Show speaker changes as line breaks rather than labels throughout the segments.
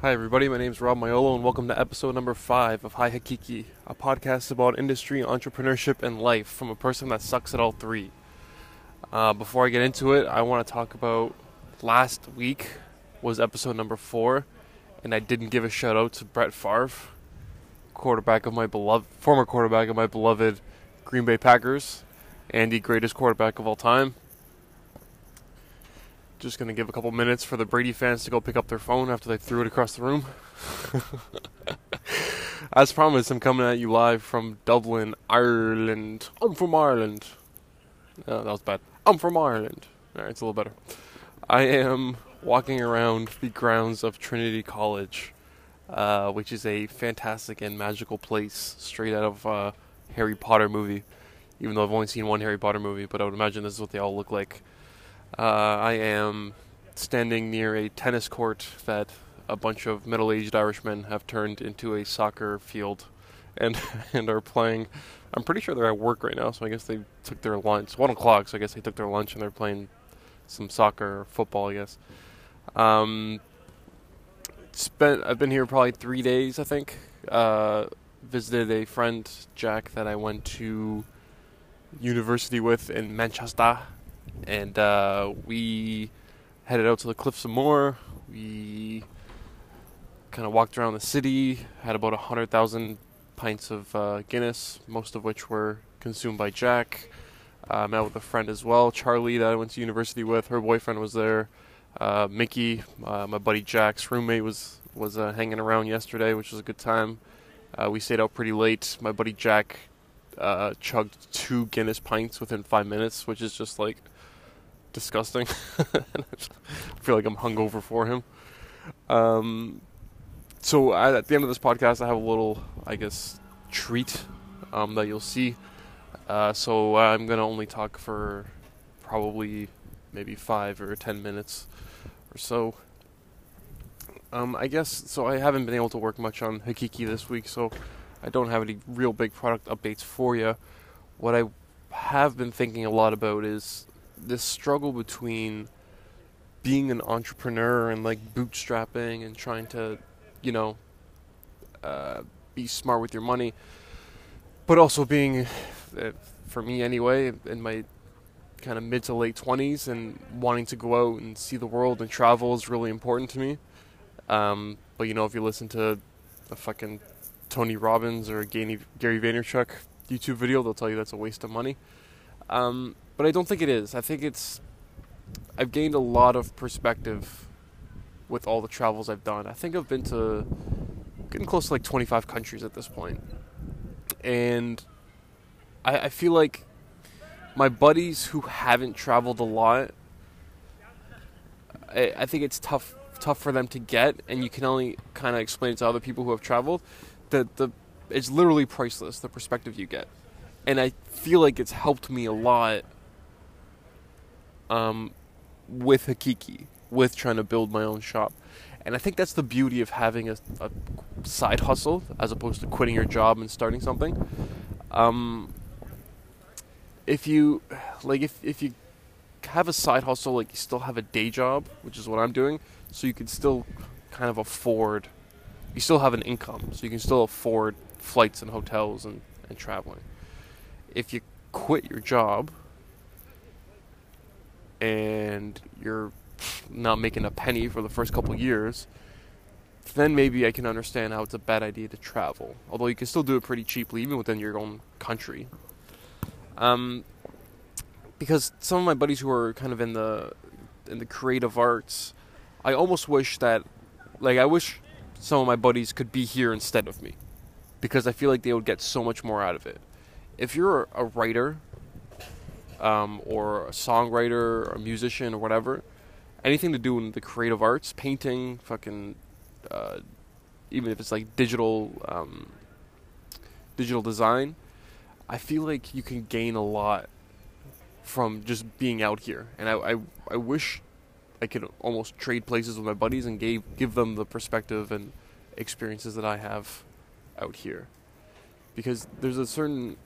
Hi, everybody. My name is Rob Maiolo, and welcome to episode number five of Hi Hakiki, a podcast about industry, entrepreneurship, and life from a person that sucks at all three. Uh, before I get into it, I want to talk about last week was episode number four, and I didn't give a shout out to Brett Favre, quarterback of my beloved, former quarterback of my beloved Green Bay Packers, and the greatest quarterback of all time. Just gonna give a couple minutes for the Brady fans to go pick up their phone after they threw it across the room. As promised, I'm coming at you live from Dublin, Ireland. I'm from Ireland. No, that was bad. I'm from Ireland. All right, it's a little better. I am walking around the grounds of Trinity College, uh, which is a fantastic and magical place, straight out of uh, Harry Potter movie. Even though I've only seen one Harry Potter movie, but I would imagine this is what they all look like. Uh, I am standing near a tennis court that a bunch of middle-aged Irishmen have turned into a soccer field, and and are playing. I'm pretty sure they're at work right now, so I guess they took their lunch. One o'clock, so I guess they took their lunch and they're playing some soccer or football, I guess. Um, spent. I've been here probably three days, I think. Uh, visited a friend, Jack, that I went to university with in Manchester, and uh, we headed out to the cliffs some more. We kind of walked around the city, had about a hundred thousand pints of uh, Guinness, most of which were consumed by Jack. Uh, met with a friend as well, Charlie, that I went to university with. Her boyfriend was there. Uh, Mickey, uh, my buddy Jack's roommate, was was uh, hanging around yesterday, which was a good time. Uh, we stayed out pretty late. My buddy Jack uh, chugged two Guinness pints within five minutes, which is just like disgusting. I feel like I'm hungover for him. Um, so I, at the end of this podcast, I have a little, I guess, treat um, that you'll see. Uh, so I'm gonna only talk for probably maybe five or ten minutes or so. Um, I guess so. I haven't been able to work much on Hikiki this week, so I don't have any real big product updates for you. What I have been thinking a lot about is this struggle between being an entrepreneur and like bootstrapping and trying to, you know, uh, be smart with your money, but also being, uh, for me anyway, in my kind of mid to late 20s and wanting to go out and see the world and travel is really important to me. Um, but you know, if you listen to a fucking Tony Robbins or Gany- Gary Vaynerchuk YouTube video, they'll tell you that's a waste of money. Um, but I don't think it is. I think it's. I've gained a lot of perspective with all the travels I've done. I think I've been to getting close to like 25 countries at this point. And I, I feel like my buddies who haven't traveled a lot, I, I think it's tough tough for them to get, and you can only kind of explain it to other people who have traveled. That the it's literally priceless the perspective you get, and I feel like it's helped me a lot. Um, with Hakiki, with trying to build my own shop, and I think that's the beauty of having a, a side hustle as opposed to quitting your job and starting something. Um, if you like if if you have a side hustle like you still have a day job which is what i'm doing so you can still kind of afford you still have an income so you can still afford flights and hotels and, and traveling if you quit your job and you're not making a penny for the first couple years then maybe i can understand how it's a bad idea to travel although you can still do it pretty cheaply even within your own country um, because some of my buddies who are kind of in the in the creative arts, I almost wish that, like, I wish some of my buddies could be here instead of me, because I feel like they would get so much more out of it. If you're a writer, um, or a songwriter, or a musician, or whatever, anything to do in the creative arts, painting, fucking, uh, even if it's like digital, um, digital design, I feel like you can gain a lot from just being out here. And I, I, I wish I could almost trade places with my buddies and gave, give them the perspective and experiences that I have out here. Because there's a certain,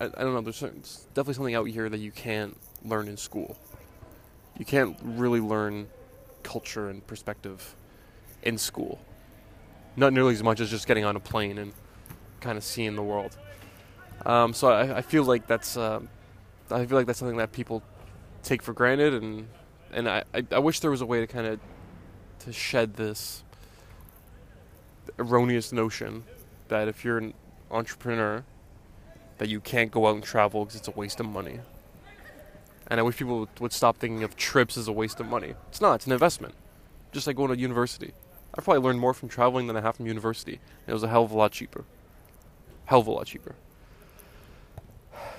I, I don't know, there's certain, it's definitely something out here that you can't learn in school. You can't really learn culture and perspective in school. Not nearly as much as just getting on a plane and kind of seeing the world. Um, so I, I feel like that's um I feel like that's something that people take for granted, and and I, I, I wish there was a way to kind of to shed this erroneous notion that if you're an entrepreneur that you can't go out and travel because it's a waste of money. And I wish people would, would stop thinking of trips as a waste of money. It's not. It's an investment. Just like going to university. I probably learned more from traveling than I have from university. And it was a hell of a lot cheaper. Hell of a lot cheaper.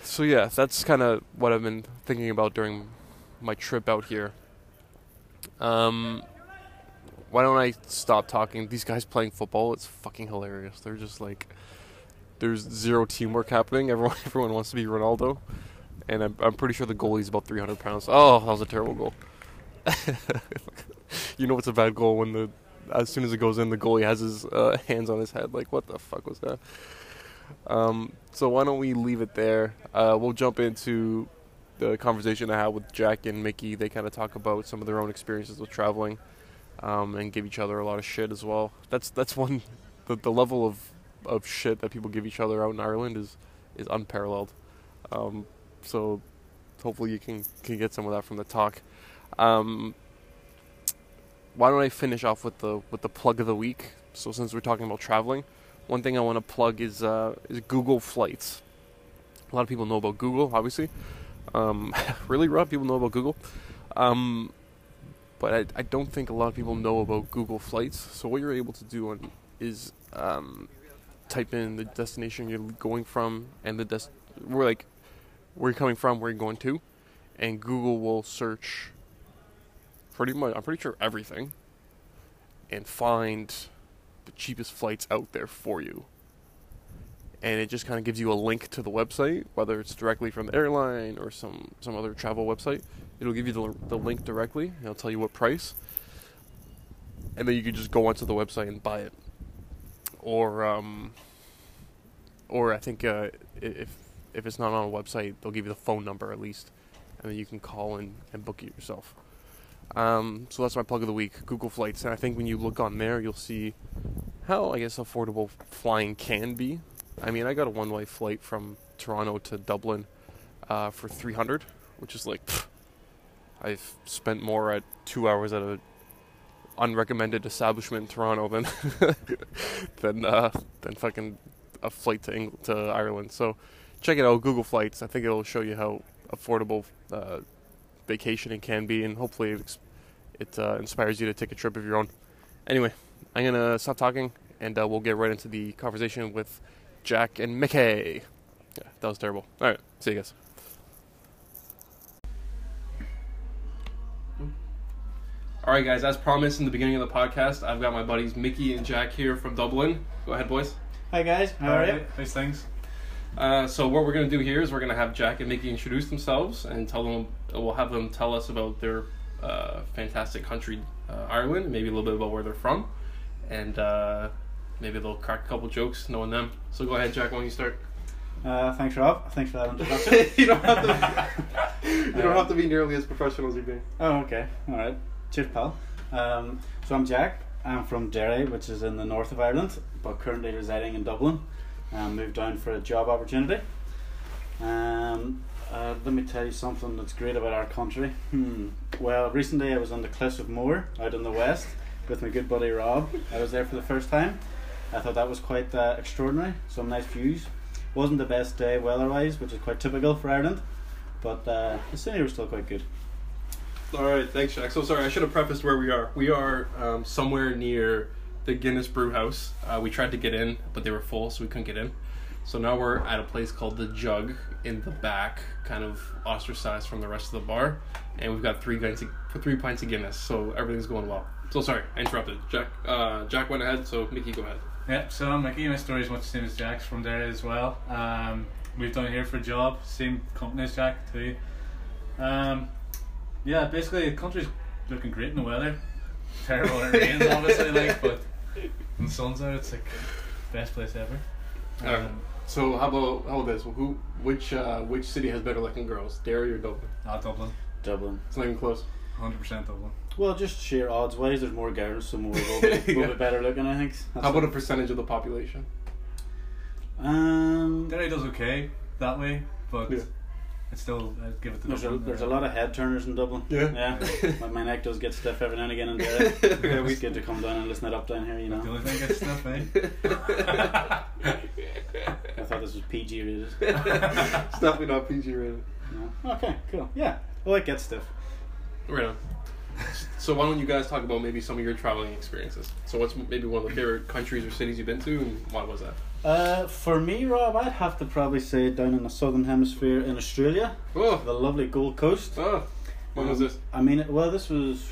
So yeah, that's kind of what I've been thinking about during my trip out here. Um, why don't I stop talking? These guys playing football, it's fucking hilarious. They're just like, there's zero teamwork happening. Everyone, everyone wants to be Ronaldo, and I'm, I'm pretty sure the goalie's about 300 pounds. Oh, that was a terrible goal. you know it's a bad goal when the, as soon as it goes in, the goalie has his uh, hands on his head. Like, what the fuck was that? Um, so why don't we leave it there? Uh, we'll jump into the conversation I had with Jack and Mickey. They kind of talk about some of their own experiences with traveling, um, and give each other a lot of shit as well. That's that's one the, the level of of shit that people give each other out in Ireland is is unparalleled. Um, so hopefully you can can get some of that from the talk. Um, why don't I finish off with the with the plug of the week? So since we're talking about traveling, one thing I want to plug is uh, is Google Flights. A lot of people know about Google, obviously. Um, really, a lot of people know about Google, um, but I, I don't think a lot of people know about Google Flights. So what you're able to do on is um, type in the destination you're going from and the des- where like where you're coming from, where you're going to, and Google will search pretty much. I'm pretty sure everything, and find the cheapest flights out there for you. And it just kind of gives you a link to the website, whether it's directly from the airline or some, some other travel website. It'll give you the, the link directly, and it'll tell you what price. And then you can just go onto the website and buy it. Or, um, or I think uh, i- if, if it's not on a website, they'll give you the phone number at least. And then you can call and, and book it yourself. Um, so that's my plug of the week Google Flights. And I think when you look on there, you'll see how I guess affordable flying can be. I mean, I got a one-way flight from Toronto to Dublin uh, for 300, which is like pfft, I've spent more at two hours at a unrecommended establishment in Toronto than than uh, than fucking a flight to England, to Ireland. So check it out, Google Flights. I think it'll show you how affordable uh, vacationing can be, and hopefully it, ex- it uh, inspires you to take a trip of your own. Anyway. I'm gonna stop talking, and uh, we'll get right into the conversation with Jack and Mickey. Yeah, that was terrible. All right, see you guys. All right, guys. As promised in the beginning of the podcast, I've got my buddies Mickey and Jack here from Dublin. Go ahead, boys.
Hi guys, how are you?
Nice things.
Uh, so what we're gonna do here is we're gonna have Jack and Mickey introduce themselves and tell them we'll have them tell us about their uh, fantastic country, uh, Ireland. Maybe a little bit about where they're from, and uh, maybe they'll crack a couple jokes knowing them. So go ahead, Jack. Why don't you start?
Uh, thanks Rob, thanks for that introduction.
you don't have to. you don't have to be nearly as professional as you're being.
oh okay, alright. Cheers pal. Um, so I'm Jack, I'm from Derry which is in the north of Ireland but currently residing in Dublin. Um, moved down for a job opportunity. Um, uh, let me tell you something that's great about our country. Hmm. Well, recently I was on the cliffs of Moher out in the west with my good buddy Rob. I was there for the first time. I thought that was quite uh, extraordinary. Some nice views. Wasn't the best day weather-wise, which is quite typical for Ireland, but uh, the scenery was still quite good.
All right, thanks, Jack. So sorry, I should have prefaced where we are. We are um, somewhere near the Guinness Brew House. Uh, we tried to get in, but they were full, so we couldn't get in. So now we're at a place called the Jug in the back, kind of ostracized from the rest of the bar, and we've got three pints of, three pints of Guinness. So everything's going well. So sorry, I interrupted. Jack, uh, Jack went ahead. So Mickey, go ahead.
Yep, so I'm Mickey. My story is much the same as Jack's from there as well. Um, moved down here for a job, same company as Jack too. Um, yeah, basically the country's looking great in the weather. Terrible in rain, obviously, like, but when the sun's out, it's like best place ever. Um,
All right. So how about how about this? Who, which, uh, which city has better looking girls, Derry or Dublin?
not ah, Dublin.
Dublin.
It's not even close.
hundred percent Dublin.
Well, just sheer odds wise, there's more girls, so more will be, will
Yeah.
be better looking. I think. That's
How about
it.
a percentage of the population?
Um,
Derry does okay that way, but
Yeah.
I'd still I'd give it to
there's a,
Dublin. uh,
there's a lot of head turners in Dublin.
Yeah.
Yeah. my, my neck does get stiff every now and again in Derry.
Yeah, we-
it's good to come down and listen it up down here. You
The
know.
only thing eh? that's sniff, eh?
I thought this was PG rated.
it's definitely not PG rated.
Yeah. Okay. Cool. Yeah. Well, it gets stiff.
Right on. So why don't you guys talk about maybe some of your traveling experiences? So what's maybe one of the favorite countries or cities you've been to, and why was that?
Uh, for me, Rob, I'd have to probably say down in the southern hemisphere in Australia,
Oh,
the lovely Gold Coast.
oh. When was
Um,
this?
I mean, it- well, this was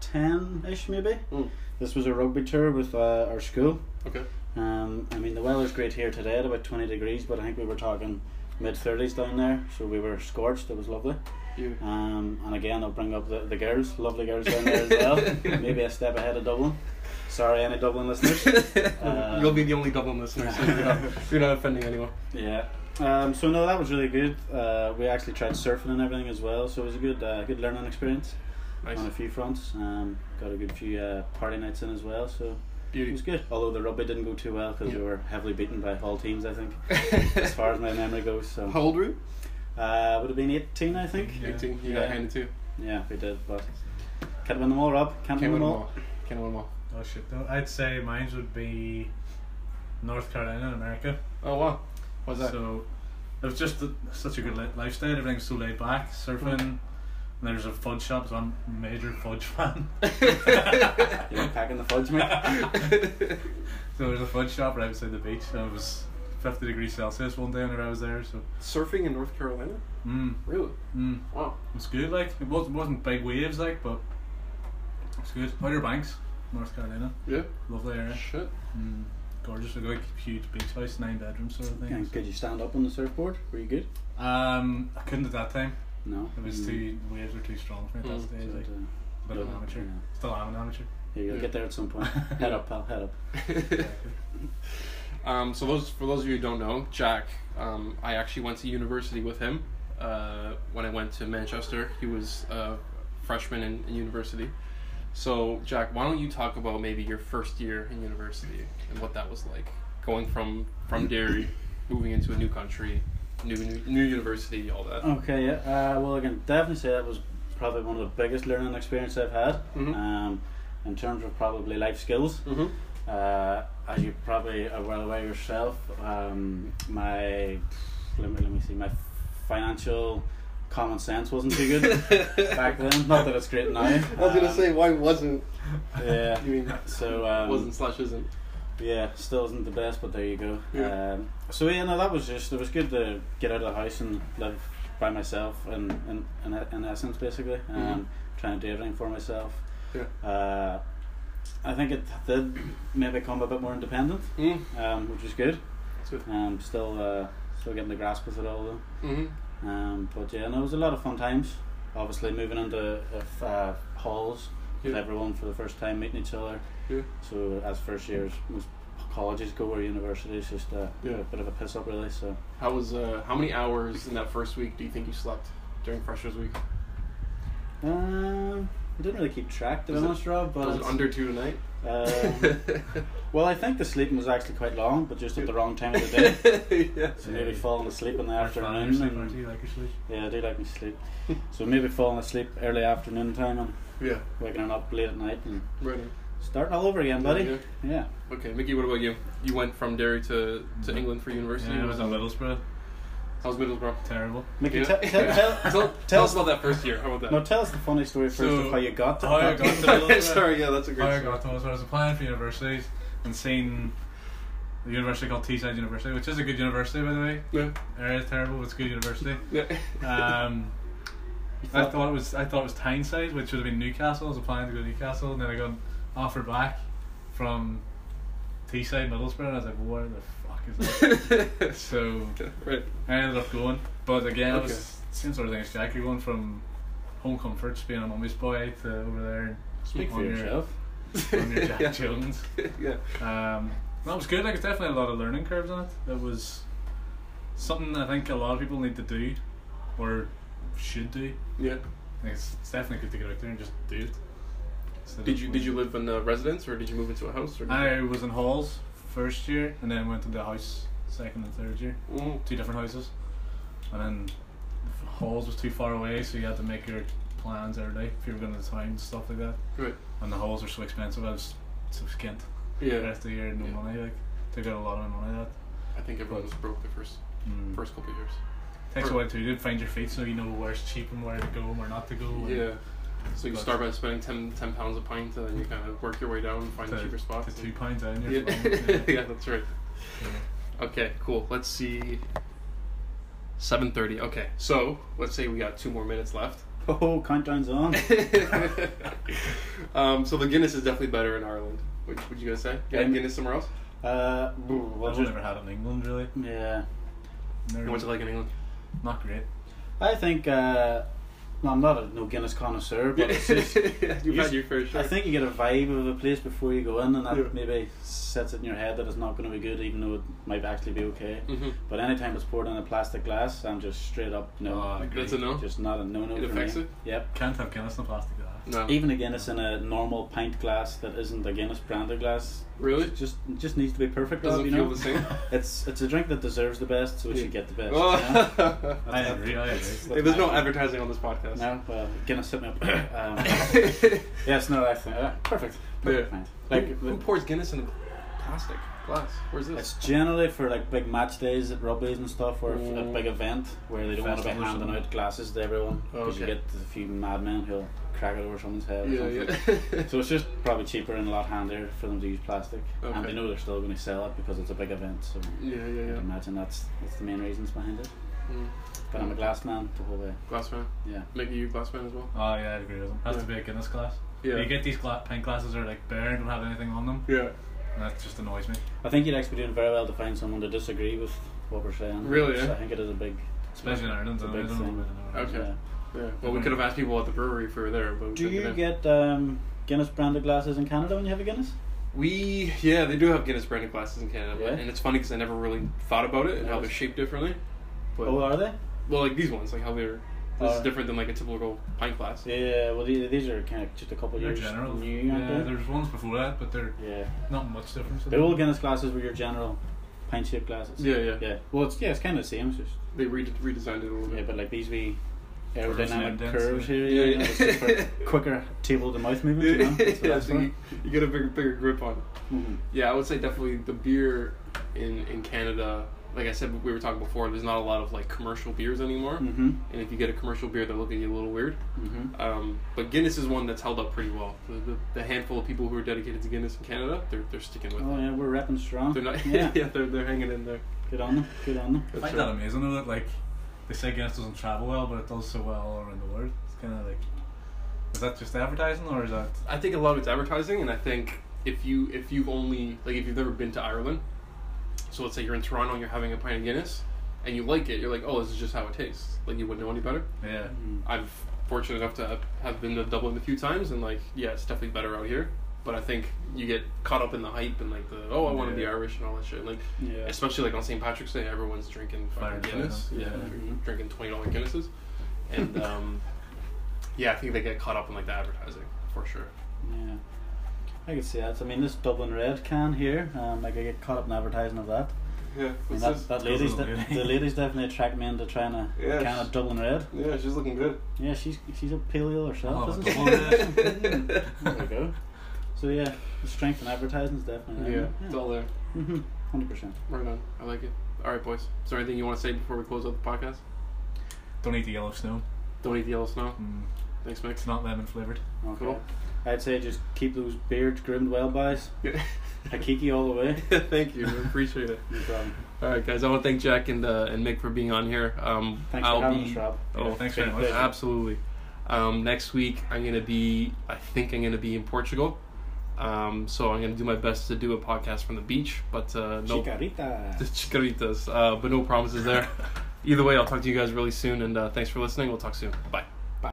2010 ish, maybe.
Mm.
This was a rugby tour with uh, our school.
Okay.
Um, I mean, the weather's great here today at about 20 degrees, but I think we were talking mid 30s down there, so we were scorched. It was lovely.
You.
Um, and again, I'll bring up the, the girls, lovely girls down there as well. maybe a step ahead of Dublin. Sorry, any Dublin listeners. Um,
You'll be the only Dublin listener, so you're not, you're not offending anyone.
Yeah. Um, so no, that was really good. Uh, we actually tried surfing and everything as well, so it was a good, uh, good learning experience
Nice.
on a few fronts. Um, got a good few uh, party nights in as well, so it
Beauty.
was good. Although the rugby didn't go too well because
Yeah.
we were heavily beaten by all teams, I think, as far as my memory goes. So
How old were you?
uh, would have been eighteen, I think.
Yeah.
18. You got
Yeah.
handed to.
Yeah, we did, but can't win them all, Rob. Can't,
Can't
win them all.
Can't win them all.
Oh shit! Though I'd say mine would be North Carolina, in America.
Oh wow. What's that?
So it was just the, such a good li- lifestyle. Everything's so laid back. Surfing. And there's a fudge shop, so I'm a major fudge fan.
You're packing the fudge, mate.
So there's a fudge shop right beside the beach, and it was 50 degrees Celsius one day whenever I was there. So,
Surfing in North Carolina?
mm,
Really?
mm,
Wow.
it was good. Like it was, wasn't big waves, like, but it's good. Outer Banks, North Carolina,
Yeah.
lovely area.
Shit.
Mm, gorgeous. Like a huge beach house, nine bedrooms, sort of thing.
And could you stand up on the surfboard? Were you good?
Um, I couldn't at that time.
No.
It was
Mm.
too waves were too strong for me at that
Mm.
So,
stage. Like,
uh,
but I'm an amateur.
yeah.
Still am an amateur.
Here, you'll
Yeah.
get there at some point. head up, pal. Head up.
um, so those for those of you who don't know, Jack, um, I actually went to university with him uh, when I went to Manchester. He was a freshman in, in university. So Jack, why don't you talk about maybe your first year in university and what that was like, going from from Derry, moving into a new country, new new, new university, all that.
Okay, yeah. Uh, well, I can definitely say that was probably one of the biggest learning experiences I've had
Mhm.
um, in terms of probably life skills.
Mm-hmm.
Uh, as you probably are well aware yourself, um, my let me, let me see, my financial common sense wasn't too good
Mm-hmm.
back then. Not that it's great now. Um,
why wasn't
yeah.
mean
So um,
wasn't slash isn't.
yeah, still isn't the best, but there you go.
Yeah.
Um, so yeah, no, that was just it was good to get out of the house and live by myself, and in, in, in essence, basically, um, trying to do everything for myself.
Mm-hmm. Yeah.
Uh, I think it did maybe become a bit more independent,
Mm.
um, which is good.
That's good.
Um, still, uh, still getting the grasp of it all though.
Mm-hmm.
Um, but yeah, no, it was a lot of fun times. Obviously, moving into uh, uh, halls with
Yeah.
everyone for the first time, meeting each other.
Yeah.
So as first years, most colleges go or universities, just a,
Yeah.
a bit of a piss up really. So
How was uh, how many hours in that first week do you think you slept during freshers week?
um, I didn't really keep track, to be
Was it-
honest, Rob. But
was it under two tonight?
um, well, I think the sleeping was actually quite long, but just at the wrong time of the day.
yeah.
So maybe falling asleep in the
You're a fan of
afternoon.
yourself,
and-
aren't you? Like, usually.
yeah, I do like me sleep. so maybe falling asleep early afternoon time and
Yeah.
waking up late at night and
Right. on.
starting all over again, buddy.
Yeah.
yeah.
Okay, Mickey. What about you? You went from Derry to, to England for university.
Mm-hmm. Yeah, it was a little spread.
How's Middlesbrough?
Terrible.
Mickey,
Yeah.
tell, tell, tell,
tell, tell
tell-
us about that first year. How about
no,
that?
tell us the funny story first
So,
of
Oh,
how you got to
how Oh, I
that.
got to Middlesbrough.
Sorry. Yeah, that's a
How Oh, I
great. story.
got to was I was applying for universities and seeing the university called Teesside University, which is a good university by the way.
Yeah.
Area's terrible, but it's a good university.
Yeah.
Um, I thought it was I thought it was Tyneside, which would have been Newcastle. I was applying to go to Newcastle, and then I got an offer back from Teesside Middlesbrough, and I was like, "Where the fuck is that?" so
right.
I ended up going, but again, it
Okay.
was same sort of thing as Jack. You're going from home comforts, being a mummy's boy, to over there and
Speak for
on your-
yourself.
on your Jack
Yeah.
Jones.
Yeah.
Um, that was good. Like it's definitely a lot of learning curves on it. It was something I think a lot of people need to do, or should do.
Yeah.
I think it's, it's definitely good to get out there and just do it. Instead
Did
of
you did you
waiting.
live in a residence or did you move into a house or? did
I was in halls first year, and then went to the house second and third year.
you- Mm.
Two different houses, and then the halls was too far away, so you had to make your plans every day if you were going to the town and stuff like that.
Right.
And the halls were so expensive. I was so skint.
Yeah.
The rest of the year, no
Yeah.
money. Like took out a lot of my money. That
I think everyone was broke the first
Mm.
first couple of years.
takes a
fir-
while to you to find your feet, so you know where's cheap and where to go and where not to go. and-
Yeah. So you
But-
start by spending 10, 10 pounds a pint, and then you kind of work your way down and find
to,
a cheaper spot.
to two pounds down.
yeah.
You're fine,
yeah, that's right.
Yeah.
Okay, cool. Let's see. Seven thirty. Okay, so let's say we got two more minutes left.
Oh, countdown's on.
um, so the Guinness is definitely better in Ireland. Which would you guys say? You had
Yeah.
Guinness somewhere else?
Uh, we'll
I've
just-
never had it in England really.
yeah.
Never,
What's it like in England?
Not great.
I think, uh, well, I'm not a no Guinness connoisseur, but it's just,
You've
you-
had your fair share.
I think you get a vibe of a place before you go in, and that
Yeah.
maybe sets it in your head that it's not going to be good, even though it might actually be okay.
hmm
But anytime it's poured in a plastic glass, I'm just straight up no.
Oh,
That's a Ah, no.
just not a no no
It
for
affects
me.
it?
Yep.
Can't have Guinness in a plastic glass.
No.
Even a Guinness in a normal pint glass that isn't a Guinness branded glass.
Really?
It just it just needs to be perfect.
Doesn't
Rob, you
feel
know?
the same.
It's it's a drink that deserves the best, so it
Yeah.
should get the best. you know?
Oh.
I agree. I agree.
That's-
Hey, there's no
my-
advertising on this podcast.
No, well, Guinness hit me up. um, yes, no, I think uh, perfect. Perfect
Yeah.
pint.
like,
Like
who,
the-
who pours Guinness in a plastic glass? Where's
It's
this?
generally for like big match days at rugby's and stuff, or if-
Mm.
a big event where they don't want to be
Festival or
handing
something.
out glasses to everyone because you
Oh, Okay.
get a few madmen who'll crack it over someone's head. or
yeah,
something.
yeah.
So it's just probably cheaper and a lot handier for them to use plastic, and
Okay.
they know they're still going to sell it because it's a big event. So
yeah, yeah,
I
yeah.
imagine that's that's the main reasons behind it.
Mm.
But I'm a glass man the whole way.
Glass man.
Yeah.
Maybe you glass man as well.
Oh yeah, I agree with him. Has
Yeah.
to be a Guinness glass.
Yeah.
You get these gla- pint glasses that are like bare and don't have anything on them,
yeah.
and that just annoys me.
I think you'd actually be doing very well to find someone to disagree with what we're saying.
Really, eh?
So
yeah?
I think it is a big.
Especially in Ireland.
It's a
I don't
big
know.
thing.
about in Ireland.
Okay.
yeah.
Yeah. Well, we could have asked people at the brewery if we were there, but we
Do
couldn't
you
in.
get um, Guinness branded glasses in Canada when you have a Guinness?
We yeah, they do have Guinness branded glasses in Canada, but,
Yeah?
and it's funny because I never really thought about it and how
Nice.
they're shaped differently. But
Oh, are they?
well, like these ones, like how they're this is
Uh,
different than like a typical pint glass.
Yeah, uh, well, these, these are kind of just a couple of
They're
years
general.
new, aren't
yeah,
they?
there's ones before that, but they're
Yeah.
not much difference. in
The
them.
old Guinness glasses were your general pint shaped glasses.
Yeah, yeah.
Yeah. Well, it's yeah, it's kind of the same. It's just,
They re- redesigned it a little
yeah,
bit.
but like these wee
Curves and
aerodynamic
indents,
curves
yeah.
here.
Yeah,
Yeah. You know,
yeah.
it's just for quicker table to mouth movement. You know? That's what
yeah,
that's
so you, you get a bigger bigger grip on it.
for. Mhm.
Yeah, I would say definitely the beer in in Canada. Like I said, we were talking before. There's not a lot of like commercial beers anymore,
Mhm.
and if you get a commercial beer, they're looking at you a little weird.
Mhm.
Um, but Guinness is one that's held up pretty well. The, the, the handful of people who are dedicated to Guinness in Canada, they're, they're sticking with
Oh
it.
yeah, we're repping strong.
They're not. Yeah,
yeah.
they're, they're hanging in there.
Good on them. Good on them.
I
That's
find
right.
that amazing though that like they say Guinness doesn't travel well, but it does so well all around the world. It's kind of like is that just advertising or is that
I think a lot of it's advertising, and I think if you if you've only like if you've never been to Ireland, so let's say you're in Toronto and you're having a pint of Guinness, and you like it, you're like, oh, this is just how it tastes. Like you wouldn't know any better.
yeah?
Mhm.
I've fortunate enough to have, have been to Dublin a few times, and like, yeah, it's definitely better out here. But I think you get caught up in the hype and like the oh, I want to be
Yeah.
Irish and all that shit. And, like
Yeah.
especially like on St. Patrick's Day, everyone's drinking
Fire
fucking Guinness.
Guinness,
Yeah,
yeah.
drinking- drinking twenty dollar Guinnesses, and um, yeah, I think they get caught up in like the advertising for sure.
Yeah. I could see that. I mean, this Dublin Red can here, um, like I get caught up in advertising of that.
Yeah,
I mean, that, that lady's
Dublin
de-
Red.
the lady's definitely attract me into trying to
Yes.
can of Dublin Red.
yeah, she's looking good.
Yeah, she's she's a paleo herself,
Oh,
isn't
Dublin
she?
Red.
Mm, there we go. So yeah, the strength in advertising is definitely
Yeah,
there.
it's all there.
Mhm, hundred percent.
Right on. I like it. All right, boys. Is there anything you want to say before we close out the podcast?
Don't eat the yellow snow.
Don't eat the yellow snow.
Mm,
Thanks,
it's
Mix.
not lemon flavored.
Okay.
Cool.
I'd say just keep those beards groomed well, boys. Hakiki all the way.
Thank you. I appreciate it.
No problem.
All right, guys. I want to thank Jack and uh, and Mick for being on here. Um,
Thanks
I'll
for having
be,
us, Rob.
Oh,
Yeah, thanks very much.
pleasure.
Absolutely. Um, next week, I'm gonna be. I think I'm gonna be in Portugal. Um, so I'm gonna do my best to do a podcast from the beach, but uh, no
Chicarita.
Chicaritas, uh, but no promises there. Either way, I'll talk to you guys really soon, and uh, thanks for listening. We'll talk soon. Bye.